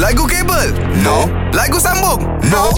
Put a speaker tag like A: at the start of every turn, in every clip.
A: Lagu kabel? No. Lagu sambung? No.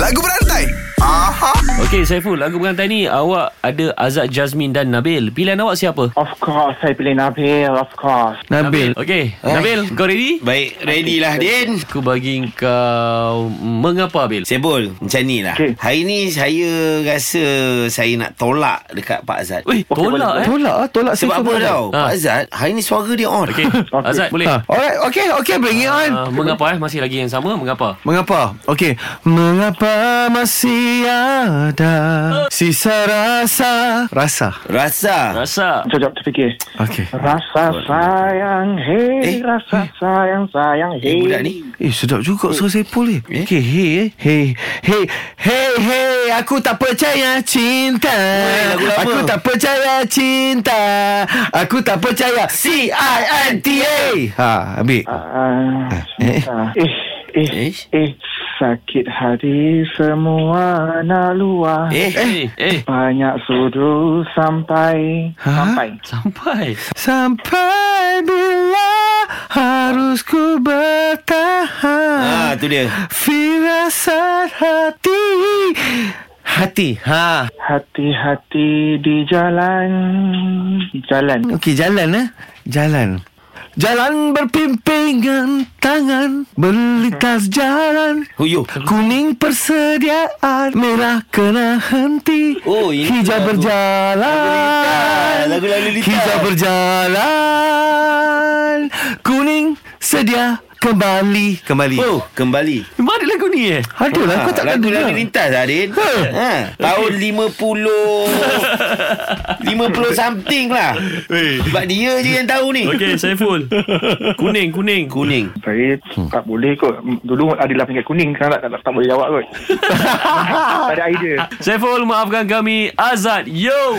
A: Lagu berantai? Aha.
B: Okey Saiful, lagu pengantin ni awak ada Azad Jazmin dan Nabil. Pilihan awak siapa?
C: Of course, saya pilih Nabil. Of course.
B: Nabil. Eh. Okey, Nabil, kau ready?
D: Baik, ready lah Din.
B: Aku bagi kau mengapa Bil?
D: Sebol, macam ni lah.
C: Okey.
D: Hari ni saya rasa saya nak tolak dekat Pak Azad.
B: Weh, tolak eh.
E: Tolak ah, tolak
D: Sebab apa tau?
B: Ha.
D: Pak Azad, hari ni suara dia on.
B: Okey, Azad boleh.
E: Ha. Alright, okay, okay, bring it on.
B: Uh, mengapa eh? Masih lagi yang sama, mengapa?
E: Mengapa? Okey. Mengapa masih ada sisa rasa? Rasa.
D: Rasa.
B: Rasa.
C: Sekejap terfikir.
E: Okey.
C: Rasa sayang, hey.
D: Eh.
C: Rasa sayang, sayang, hey.
D: Eh, budak ni.
E: Eh sedap juga suara sepul ni. Eh? Okey, hey eh. Hey, hey, hey, hey, aku tak percaya cinta.
D: lagu lama.
E: aku tak percaya cinta. Aku tak percaya C I N T A. Ha, ambil.
C: Ah,
E: Eh.
C: cinta. Eh. Eh.
D: Eh.
C: Eh. eh. Sakit hati semua nak luah.
D: Eh,
B: Eh, eh.
C: Banyak sudu sampai
E: Ha?
C: sampai.
B: Sampai.
E: Sampai bila harus ku
D: Ah,
E: bertahan
D: tu dia.
E: Firasat hati Hati ha.
C: Hati-hati di jalan. Jalan.
E: Okey jalan eh Jalan Jalan berpimpingan tangan Berlintas jalan
D: Huyuh.
E: Kuning persediaan Merah kena henti
D: Oh, ini
E: Hijau
D: lagu- Ah,
E: berjalan
D: lagu lalu lintas.
E: Hijau berjalan Kuning sedia kembali Kembali
D: Oh, kembali.
B: Memang ada lagu ni eh?
E: Adalah Lah,
D: Ha,
E: kau tak
D: lagu
E: dengar.
D: lalu lintas lah Din
E: Ha.
D: ha. Tahun 50 50 something lah Sebab dia je yang tahu ni
B: Okey, Saiful. Kuning, kuning.
D: Kuning
C: Saya
D: Hmm.
C: tak boleh kot. Dulu adalah peringkat kuning. Sekarang tak, tak, tak boleh jawab kot. tak ada idea.
B: Saiful, maafkan kami. Azad, yo!